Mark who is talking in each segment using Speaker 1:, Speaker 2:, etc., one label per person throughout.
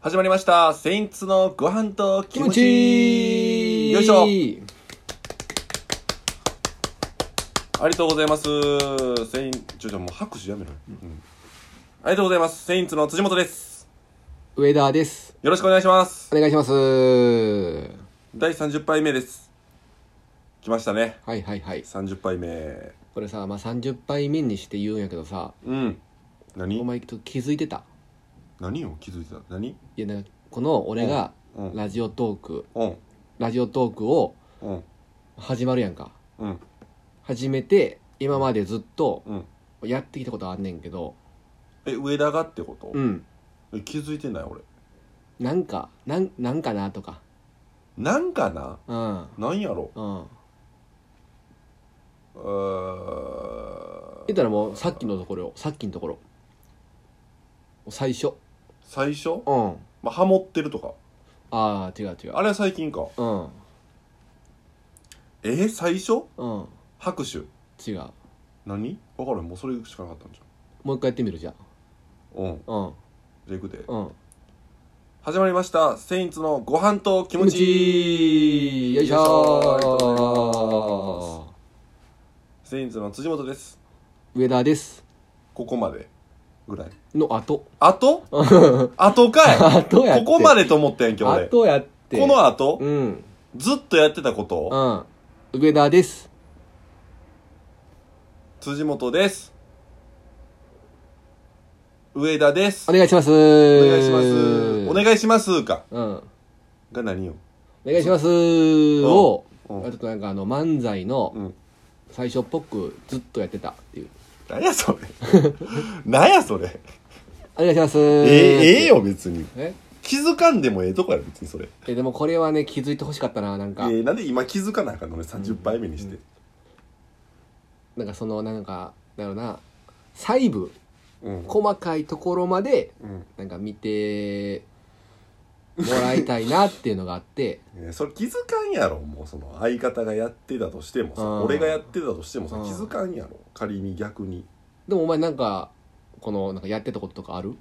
Speaker 1: 始まりました。セインツのご飯と気
Speaker 2: 気
Speaker 1: 持
Speaker 2: 持
Speaker 1: ち
Speaker 2: ちいい
Speaker 1: よいしょありがとうございます。セイン、ちょ、ちょ、もう拍手やめろよ、うんありがとうございます。セインツの辻本です。
Speaker 2: 上田です。
Speaker 1: よろしくお願いします。
Speaker 2: お願いします。は
Speaker 1: 第30杯目です。来ましたね。
Speaker 2: いはいはい。
Speaker 1: 30杯目。
Speaker 2: これさ、まあ、30杯目にして言うんやけどさ、
Speaker 1: うん。
Speaker 2: お
Speaker 1: 何
Speaker 2: 前ちょっと気づいてた
Speaker 1: 何を気づいてた何
Speaker 2: いや、なんかこの俺が
Speaker 1: うん。
Speaker 2: ラジオトーク、
Speaker 1: うん。
Speaker 2: ラジオトークを
Speaker 1: うん。
Speaker 2: 始まるやんか。
Speaker 1: うん。
Speaker 2: 始めて、今までずっと
Speaker 1: うん。
Speaker 2: やってきたことあんねんけど、
Speaker 1: え、上田がってこと
Speaker 2: う、ん。
Speaker 1: え気づいてない俺。
Speaker 2: なんか、なん、なんかなとか。
Speaker 1: なんかな
Speaker 2: うん。
Speaker 1: なんやろ
Speaker 2: うん。
Speaker 1: うーん
Speaker 2: 言ったらもうさっきのところ、さっきのところ。最初。
Speaker 1: 最初、
Speaker 2: うん。
Speaker 1: まあ、ハモってるとか。
Speaker 2: ああ、違う違う。
Speaker 1: あれは最近か。
Speaker 2: うん。
Speaker 1: えー、最初
Speaker 2: うん。
Speaker 1: 拍手
Speaker 2: 違う。
Speaker 1: 何分からんもうそれしかなかったんじ
Speaker 2: もう一回やってみるじゃ
Speaker 1: ゃ
Speaker 2: ん。
Speaker 1: んうん
Speaker 2: うん。
Speaker 1: じゃあいくで
Speaker 2: うん。
Speaker 1: 始まりました「セインツのご飯と気持ちいい」
Speaker 2: よいし
Speaker 1: ありがとうございま
Speaker 2: ょ
Speaker 1: すセインツの辻本です
Speaker 2: ー上田です。
Speaker 1: ここまでぐらい
Speaker 2: の 後。
Speaker 1: あ とあとかい
Speaker 2: 後やって。
Speaker 1: ここま
Speaker 2: で
Speaker 1: でと思ったやんけ俺こ
Speaker 2: 後やって。
Speaker 1: の後
Speaker 2: うん。
Speaker 1: ずっとやってたことを
Speaker 2: うん。上田です。
Speaker 1: 辻本です上田です
Speaker 2: お願いします。お
Speaker 1: お願いしますお
Speaker 2: い。
Speaker 1: 願いしますか
Speaker 2: うん。お
Speaker 1: が何よ
Speaker 2: 願いします。を、
Speaker 1: う
Speaker 2: ち
Speaker 1: ん
Speaker 2: ょっとなんかあの漫才
Speaker 1: う
Speaker 2: の
Speaker 1: ん
Speaker 2: 最初っぽくずっとやってたっていう。
Speaker 1: 何やそれ何やそれ
Speaker 2: お願いします。
Speaker 1: ええええよ別に
Speaker 2: え。
Speaker 1: 気づかんでもええとこやろ別にそれ
Speaker 2: え、でもこれはね、気づいてほしかったな、なん
Speaker 1: え
Speaker 2: か。
Speaker 1: ー、なんで今気づかなあかんのね30杯目にして
Speaker 2: なんかその、なんか、だろうな、細部、
Speaker 1: うん
Speaker 2: 細かいところまで、
Speaker 1: うん
Speaker 2: なんか見てもらいたいなっていうのがあって
Speaker 1: えーそれ気づかんやろもうその相方がやってたとしてもさ
Speaker 2: うん
Speaker 1: 俺がやってたとしてもさ
Speaker 2: うん
Speaker 1: 気づかんやろ仮に逆に
Speaker 2: でもお前なんかこのなんかやってたこととかある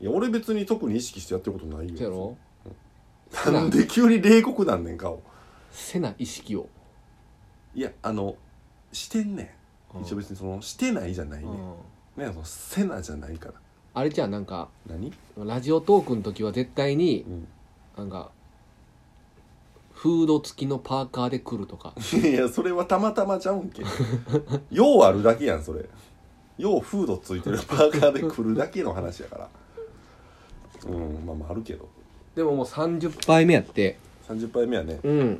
Speaker 1: いや俺別に特に意識してやってることない
Speaker 2: そうや
Speaker 1: よ
Speaker 2: ろ
Speaker 1: 別になんで急に冷酷なんねん顔
Speaker 2: せな意識を、
Speaker 1: いやあのしてんね
Speaker 2: うん
Speaker 1: ん一応別にそのしてないじゃないうねん
Speaker 2: ん
Speaker 1: ねそのせなじゃないから
Speaker 2: あれじゃあなんか
Speaker 1: 何
Speaker 2: ラジオトークの時は絶対に
Speaker 1: うん
Speaker 2: なんかフード付きのパーカーで来るとか
Speaker 1: いやそれはたまたまちゃうんけ ようあるだけやんそれようフードついてるパーカーで来るだけの話やからうんまあまああるけど
Speaker 2: でももう30杯目やって
Speaker 1: 30杯目はね
Speaker 2: うん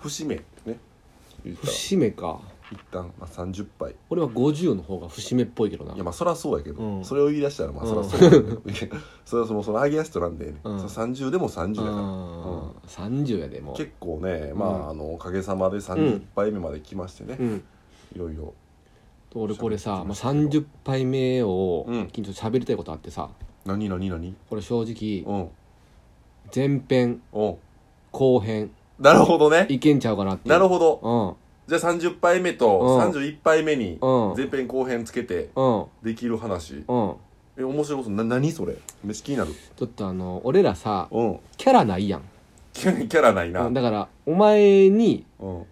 Speaker 1: 節目ね言ったら
Speaker 2: 節目か
Speaker 1: 一旦、まあ、30杯
Speaker 2: 俺は50の方が節目っぽいけどない
Speaker 1: やまあそりゃそうやけど、
Speaker 2: うん
Speaker 1: それを言い出したらまあそりゃそうやけど、 いやそれはそのその上げやすとなんでね、
Speaker 2: うん
Speaker 1: その30でも30
Speaker 2: う
Speaker 1: やから、
Speaker 2: ん30やでもう
Speaker 1: 結構ねまあ、
Speaker 2: うん
Speaker 1: あのおかげさまで30杯目まで来ましてね、
Speaker 2: うん
Speaker 1: いろいろ
Speaker 2: 俺これ
Speaker 1: 喋って
Speaker 2: さ、ま
Speaker 1: ま
Speaker 2: あ、
Speaker 1: したけど
Speaker 2: 30杯目を
Speaker 1: うん
Speaker 2: 緊張喋りたいことあってさ、
Speaker 1: 何何何
Speaker 2: これ正直
Speaker 1: うん
Speaker 2: 前編
Speaker 1: うん
Speaker 2: 後編
Speaker 1: なるほどね
Speaker 2: いけんちゃうかなって
Speaker 1: なる
Speaker 2: ほ
Speaker 1: ほど
Speaker 2: ど
Speaker 1: じゃあ30杯目と
Speaker 2: うん
Speaker 1: 31杯目に
Speaker 2: うん
Speaker 1: 前編後編つけて
Speaker 2: うんうん
Speaker 1: できる話
Speaker 2: うん
Speaker 1: え面白そうな何それめっちゃ気になる
Speaker 2: ちょっとあの俺らさ
Speaker 1: うん
Speaker 2: キャラないやん
Speaker 1: キャキャラないなう
Speaker 2: う
Speaker 1: んん
Speaker 2: だからお前に
Speaker 1: こ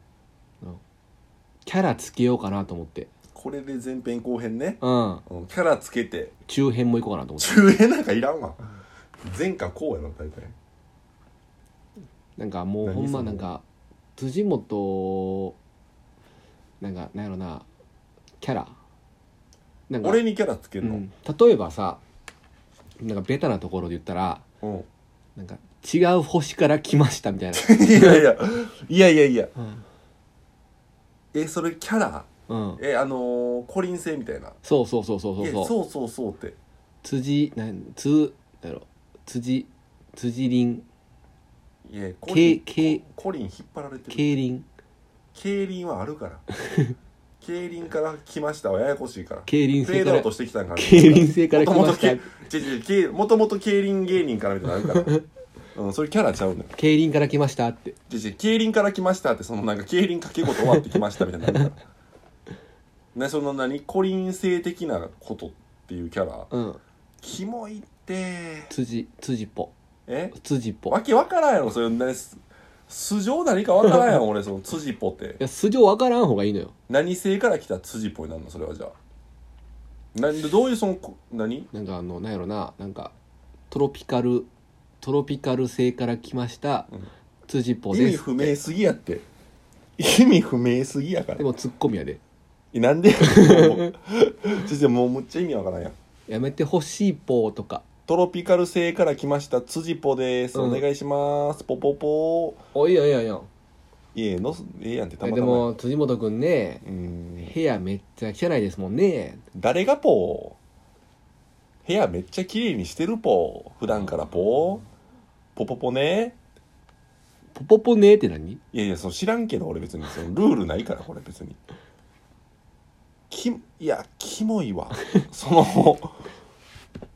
Speaker 2: キャラつけようかなと思って
Speaker 1: れで前編後編ね
Speaker 2: うん
Speaker 1: うんキャラつけて
Speaker 2: 中編もいこうかなと思って
Speaker 1: 中編なんかいらんわ前か後やな大体
Speaker 2: なんかもう
Speaker 1: 何
Speaker 2: ほん
Speaker 1: そ
Speaker 2: ま
Speaker 1: の
Speaker 2: なんか辻本なんかなんやろなキャラなんか
Speaker 1: 俺にキャラつけ
Speaker 2: うん
Speaker 1: の
Speaker 2: ん、例えばさなんかベタなところで言ったら
Speaker 1: うん
Speaker 2: なんか違う星から来ましたみたいな、
Speaker 1: いやいやいやいやいや
Speaker 2: うん
Speaker 1: えそれキャラ
Speaker 2: うん、
Speaker 1: えあのー、コリン星みたいな
Speaker 2: そうそうそうそうそう
Speaker 1: いや
Speaker 2: そう
Speaker 1: そうそうそうって
Speaker 2: 辻なんつなんやろ辻辻凛
Speaker 1: いやコリ
Speaker 2: け
Speaker 1: ン
Speaker 2: け
Speaker 1: コリン引っ張られてる
Speaker 2: 競輪
Speaker 1: 競輪はあるから競輪から来ましたはややこしいからフ
Speaker 2: 競輪
Speaker 1: ェ
Speaker 2: 性
Speaker 1: ード
Speaker 2: か
Speaker 1: ア
Speaker 2: ら
Speaker 1: ウトしてきたんかな
Speaker 2: 競輪性から来まし
Speaker 1: も
Speaker 2: た
Speaker 1: ともと違う違うもともと競輪芸人からみたいなのあるからうん、それキャラちゃうのよ
Speaker 2: 競輪から来ましたって
Speaker 1: 違う違う競輪から来ましたってそのなんか競輪掛け事終わってきましたみたいなのあるからねその何コリン性的なことっていうキャラ
Speaker 2: うん
Speaker 1: キモいって
Speaker 2: 辻辻ぽ
Speaker 1: え
Speaker 2: 辻ぽ
Speaker 1: わけわからんやろそれ何す素性何かわからんやん俺その辻ポって
Speaker 2: いや素性わからん方がいいのよ
Speaker 1: 何性から来た辻ポになるのそれはじゃあなんでどういうそのこ何
Speaker 2: なんかあのなんやろななんかトロピカルトロピカル星から来ました、
Speaker 1: うん
Speaker 2: 辻ぽ
Speaker 1: 意
Speaker 2: で
Speaker 1: 味
Speaker 2: す
Speaker 1: 不明すぎやって意味不明すぎやから
Speaker 2: でもツッコミやで
Speaker 1: えなん でちょっともうむっちゃ意味わからんやん
Speaker 2: やめてほしいぽとか
Speaker 1: トロピカル星から来ました辻ポです、
Speaker 2: うん
Speaker 1: お願いしますポポポ
Speaker 2: おいやいやいや
Speaker 1: いえのすええやんってたまたま
Speaker 2: でも辻元君ね
Speaker 1: うん
Speaker 2: 部屋めっちゃ汚いですもんね
Speaker 1: 誰がポー部屋めっちゃ綺麗にしてるポー普段からポーポポポね
Speaker 2: ポポポねって何
Speaker 1: いやいやその知らんけど俺別にそのルールないからこれ別にきいやキモいわその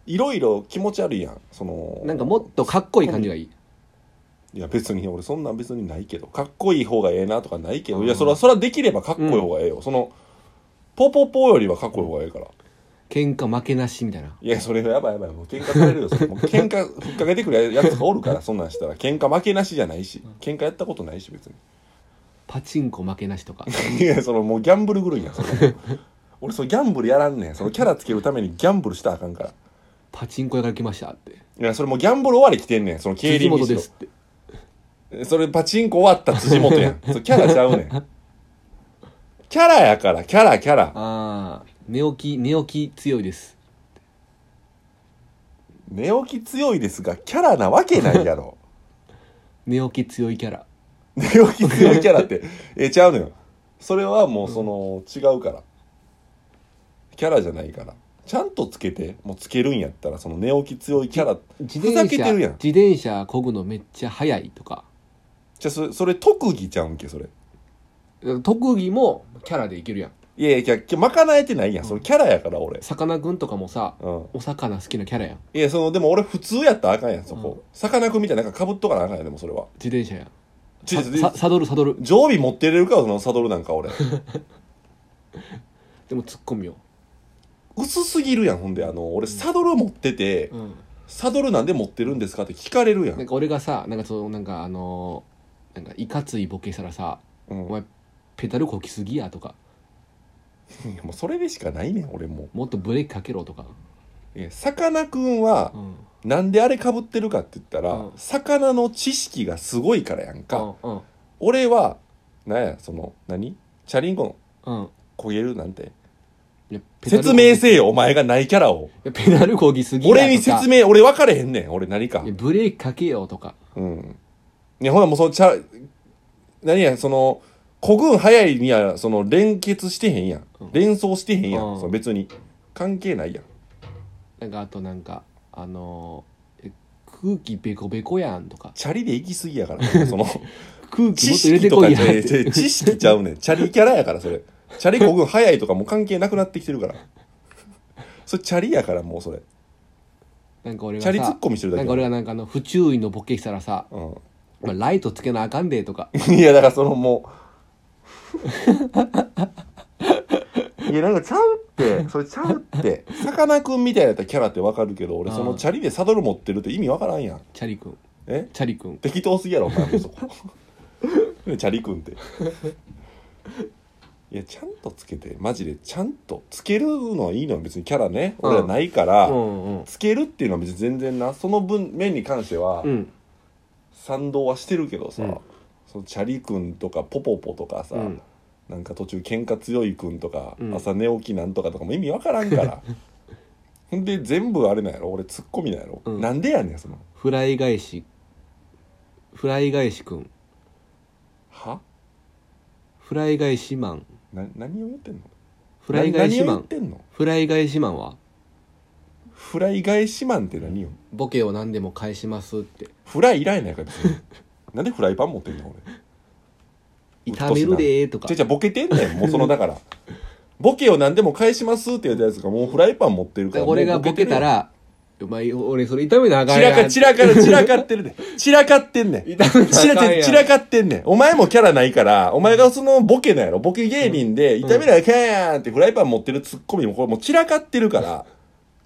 Speaker 1: いろいろ気持ち悪いやんその
Speaker 2: なんかもっとかっこいい感じがいい
Speaker 1: いや別に俺そんなん別にないけどかっこいい方がええなとかないけど、
Speaker 2: うん
Speaker 1: いやそれはそれはできればかっこいい方がええよ、そのポポポよりはかっこいい方がええから
Speaker 2: 喧嘩負けなしみたいない
Speaker 1: やそれやばいやばいもう喧嘩されるよそれもう喧嘩ふっかけてくるやつがおるからそんなんしたら喧嘩負けなしじゃないし喧嘩やったことないし別
Speaker 2: パチンコ負けなし とか
Speaker 1: にいやそのもうギャンブル狂いやんそれは もう俺そのギャンブルやらんねんそのキャラつけるためにギャンブルしたらあかんから
Speaker 2: パチンコ屋から来ましたって
Speaker 1: いやそれもうギャンブル終わり来てんねんその競
Speaker 2: 辻
Speaker 1: 輪に
Speaker 2: 元
Speaker 1: し
Speaker 2: で
Speaker 1: ろ
Speaker 2: すって
Speaker 1: それパチンコ終わった辻元 やんそれキャラちゃうねんキャラやからキャラキャラ
Speaker 2: ああ寝起き寝起き強いです
Speaker 1: 寝起き強いですがキャラなわけないやろ
Speaker 2: 寝起き強いキャラ
Speaker 1: 寝起き強いキャラってえちゃうのよそれはもうその、違うからキャラじゃないからちゃんとつけてもうつけるんやったらその寝起き強いキャラ
Speaker 2: 自
Speaker 1: ふざ
Speaker 2: 転
Speaker 1: け
Speaker 2: 車
Speaker 1: てるやん
Speaker 2: 自転車こぐのめっちゃ速いとか
Speaker 1: じゃあそれそれ特技ちゃうんけそれ
Speaker 2: 特技もキャラでいけるやん
Speaker 1: いやいやきゃまかなえてないやんそれキャラやから俺
Speaker 2: さかなクンとかもさ
Speaker 1: うん
Speaker 2: お魚好きなキャラやん
Speaker 1: いやそのでも俺普通やったらあかんやんそ
Speaker 2: うん
Speaker 1: こさかなクンみたいななんかかぶっとかなあかんやんでもそれは
Speaker 2: 自転車やん
Speaker 1: ち
Speaker 2: さ
Speaker 1: ち
Speaker 2: さサドルサドル
Speaker 1: 常備持ってれるかそのサドルなんか俺
Speaker 2: でもツッコミよ、
Speaker 1: 薄すぎるやんほんであの俺サドル持ってて、
Speaker 2: うん、
Speaker 1: サドルなんで持ってるんですかって聞かれるや
Speaker 2: なん
Speaker 1: ん。
Speaker 2: か俺がさなんかそのなんかあのーなんかいかついボケしたらさ
Speaker 1: うん、
Speaker 2: お前ペダルこきすぎやとか
Speaker 1: いやもうそれでしかないねん、俺も
Speaker 2: もっとブレーキかけろとか、
Speaker 1: う。いやさかなクンは
Speaker 2: う、ん、
Speaker 1: なんであれかぶってるかって言ったら、
Speaker 2: うん
Speaker 1: 魚の知識がすごいからやんか。
Speaker 2: うんうん
Speaker 1: 俺は、なんや、その、何チャリンコの
Speaker 2: うん
Speaker 1: 焦げるなんて。
Speaker 2: いやペダル
Speaker 1: 説明せえよ、お前がないキャラを。
Speaker 2: いやペダルこぎすぎやとか
Speaker 1: 俺に説明、俺分かれへんねん、俺何か
Speaker 2: いや。ブレーキかけよとか
Speaker 1: うん。いや、ほらもうその、チャ、何や、その、古軍早いには、その、連結してへんやん
Speaker 2: うん。
Speaker 1: 連想してへんやん。
Speaker 2: うん
Speaker 1: その別に。関係ないやん。
Speaker 2: なんかあとなんかあのーえ空気ベコベコやんとか
Speaker 1: チャリで行き過ぎやから、 その、
Speaker 2: 空気も
Speaker 1: 知
Speaker 2: っ
Speaker 1: 識
Speaker 2: と入れて
Speaker 1: と
Speaker 2: こ
Speaker 1: か
Speaker 2: い
Speaker 1: じ
Speaker 2: や
Speaker 1: ゃ
Speaker 2: っ
Speaker 1: え
Speaker 2: て
Speaker 1: え知識ちゃうねん。チャリキャラやから、それ。チャリこぐん早いとかもう関係なくなってきてるから。それチャリやから、もうそれ。
Speaker 2: なんか俺が
Speaker 1: チャ
Speaker 2: さ
Speaker 1: リツッコミしてる
Speaker 2: な
Speaker 1: だ
Speaker 2: ん
Speaker 1: け
Speaker 2: か
Speaker 1: や
Speaker 2: 俺がなんかあの不注意のボケしたらさ、まあ、ライトつけなあかんでとか
Speaker 1: うん。いや、だからそのも う。いや、なんかちゃうって、それちゃうって。さかなクンみたいなやったらキャラってわかるけど、俺そのチャリでサドル持ってるって意味わからんやん。
Speaker 2: チャリくん
Speaker 1: え
Speaker 2: チャリくん
Speaker 1: 適当すぎやろお前もそこ チャリくんっていやちゃんとつけてマジでちゃんとつけるのはいいのよ別にキャラね
Speaker 2: うん
Speaker 1: 俺はないから、
Speaker 2: うんうん
Speaker 1: つけるっていうのは別に全然なその分面に関しては
Speaker 2: うん
Speaker 1: 賛同はしてるけどさ、
Speaker 2: うん
Speaker 1: そのチャリくんとかポポポとかさ、
Speaker 2: うん
Speaker 1: なんか途中喧嘩強いくんとか、
Speaker 2: うん
Speaker 1: 朝寝起きなんとかとかも意味わからんから ほんで全部あれなんやろ俺ツッコミなんやろ、
Speaker 2: うん
Speaker 1: なんでやねんその
Speaker 2: フライ返しフライ返しくん
Speaker 1: は
Speaker 2: フライ返しマン
Speaker 1: な何を言ってんの
Speaker 2: フライ返し
Speaker 1: な
Speaker 2: マ
Speaker 1: 何を
Speaker 2: ン
Speaker 1: 言ってんの
Speaker 2: フライ返しマンは
Speaker 1: フライ返しマンって何よ
Speaker 2: ボケを何でも返しますって
Speaker 1: フライいらんやないか別 になんでフライパン持ってんのうっとうしいな
Speaker 2: 炒めるでーとか
Speaker 1: 俺じゃボケてんねんもうそのだからボケを何でも返しますって言ったやつがもうフライパン持ってるから
Speaker 2: 俺がボケたら「お前俺それ炒めなあかん
Speaker 1: 散
Speaker 2: や
Speaker 1: ら
Speaker 2: ん」
Speaker 1: か散らかる散らかってるねん散らかってんねん
Speaker 2: 痛めなあかん
Speaker 1: 散ら
Speaker 2: やん
Speaker 1: 散らかってんねんお前もキャラないからお前がそのボケなんやろボケ芸人で「痛めなあかんやん」ってフライパン持ってるツッコミもこれもう散らかってるから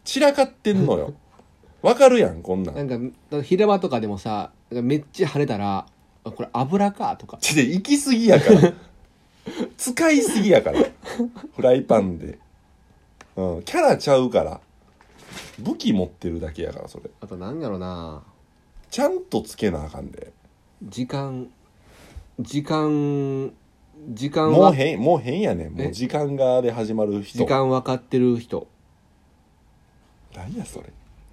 Speaker 1: 散らかってんのよわかるやんこんなん
Speaker 2: なんかだから平場とかでもさなんかめっちゃ晴れたらあこれ油かとか
Speaker 1: ちで行き過ぎやから使いすぎやからフライパンで、うん、キャラちゃうから武器持ってるだけやからそれ
Speaker 2: あとなんやろな
Speaker 1: ちゃんとつけなあかんで
Speaker 2: 時間時間時間
Speaker 1: もう
Speaker 2: は
Speaker 1: 変もう変やねんもう
Speaker 2: え
Speaker 1: 時間がで始まる人
Speaker 2: 時間分かってる人
Speaker 1: 何やそれ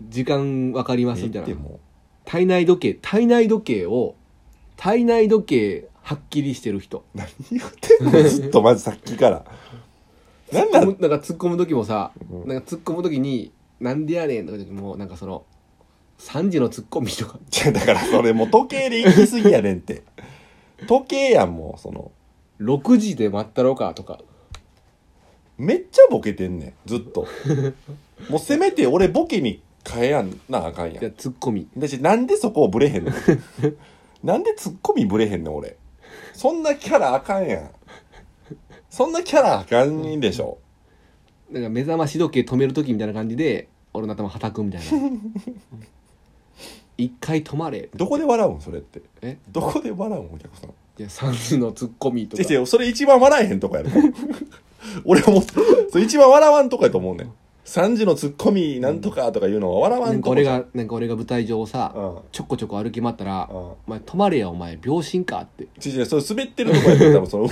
Speaker 2: 時間分かりますみた
Speaker 1: 言っ
Speaker 2: い
Speaker 1: て
Speaker 2: な
Speaker 1: も
Speaker 2: 体内時計体内時計を体内時計はっきりしてる人
Speaker 1: 何言ってんのずっとまずさっきから何なん
Speaker 2: なんか突っ込む時もさ、
Speaker 1: うん
Speaker 2: なんか突っ込む時に「なんでやねん」とかの時もなんかその3時の突っ込みとか
Speaker 1: じゃだからそれもう時計で行き過ぎやねんって時計やんもうその
Speaker 2: 6時で待ったろうかとか
Speaker 1: めっちゃボケてんねんずっ ともうせめて俺ボケに変えやんなあかんや
Speaker 2: いや
Speaker 1: ん
Speaker 2: 突っ込み
Speaker 1: だしなんでそこをブレへんのなんでツッコミブレへんの俺そんなキャラあかんやんそんなキャラあかんでしょ
Speaker 2: なんか目覚まし時計止める時みたいな感じで俺の頭はた くみたいな一回止まれ
Speaker 1: どこで笑うんそれって
Speaker 2: え
Speaker 1: どこで笑うんお客さん
Speaker 2: いや3時の突っ込みとか
Speaker 1: 違う違うそれ一番笑えへんとこやね 俺はもうそれ一番笑わんとこやと思うねん3時のツッコミなんとかとかいうのは笑わ
Speaker 2: なん
Speaker 1: ん
Speaker 2: か
Speaker 1: とこ
Speaker 2: 俺
Speaker 1: じゃん
Speaker 2: がなんか俺が舞台上をさ、
Speaker 1: うんうん
Speaker 2: ちょこちょこ歩き回ったら「お前止まれやお前秒針か」って
Speaker 1: 違う違うそれ滑ってるとこやねん 多分その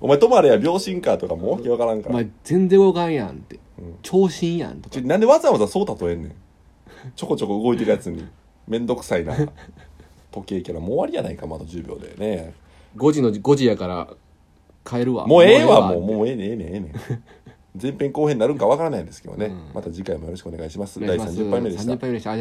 Speaker 1: お前止まれや秒針かとかもうわけわからん
Speaker 2: 「
Speaker 1: か
Speaker 2: お
Speaker 1: ら
Speaker 2: 前全然動かんやん」って
Speaker 1: うん
Speaker 2: 「長身やん」と
Speaker 1: ち
Speaker 2: か
Speaker 1: ょなんでわざわざそう例えんねんちょこちょこ動いてるやつにめんどくさいな時計キャラもう終わりやないかまだ10秒でね
Speaker 2: 5時の5時やから帰るわ
Speaker 1: もうええわもう
Speaker 2: う
Speaker 1: もうええねんええねんええね ん前編後編になるんかわからないんですけどね、
Speaker 2: うん
Speaker 1: また次回もよろしくお願いします
Speaker 2: お願
Speaker 1: 第
Speaker 2: いします
Speaker 1: 30回目でした
Speaker 2: 30杯目でした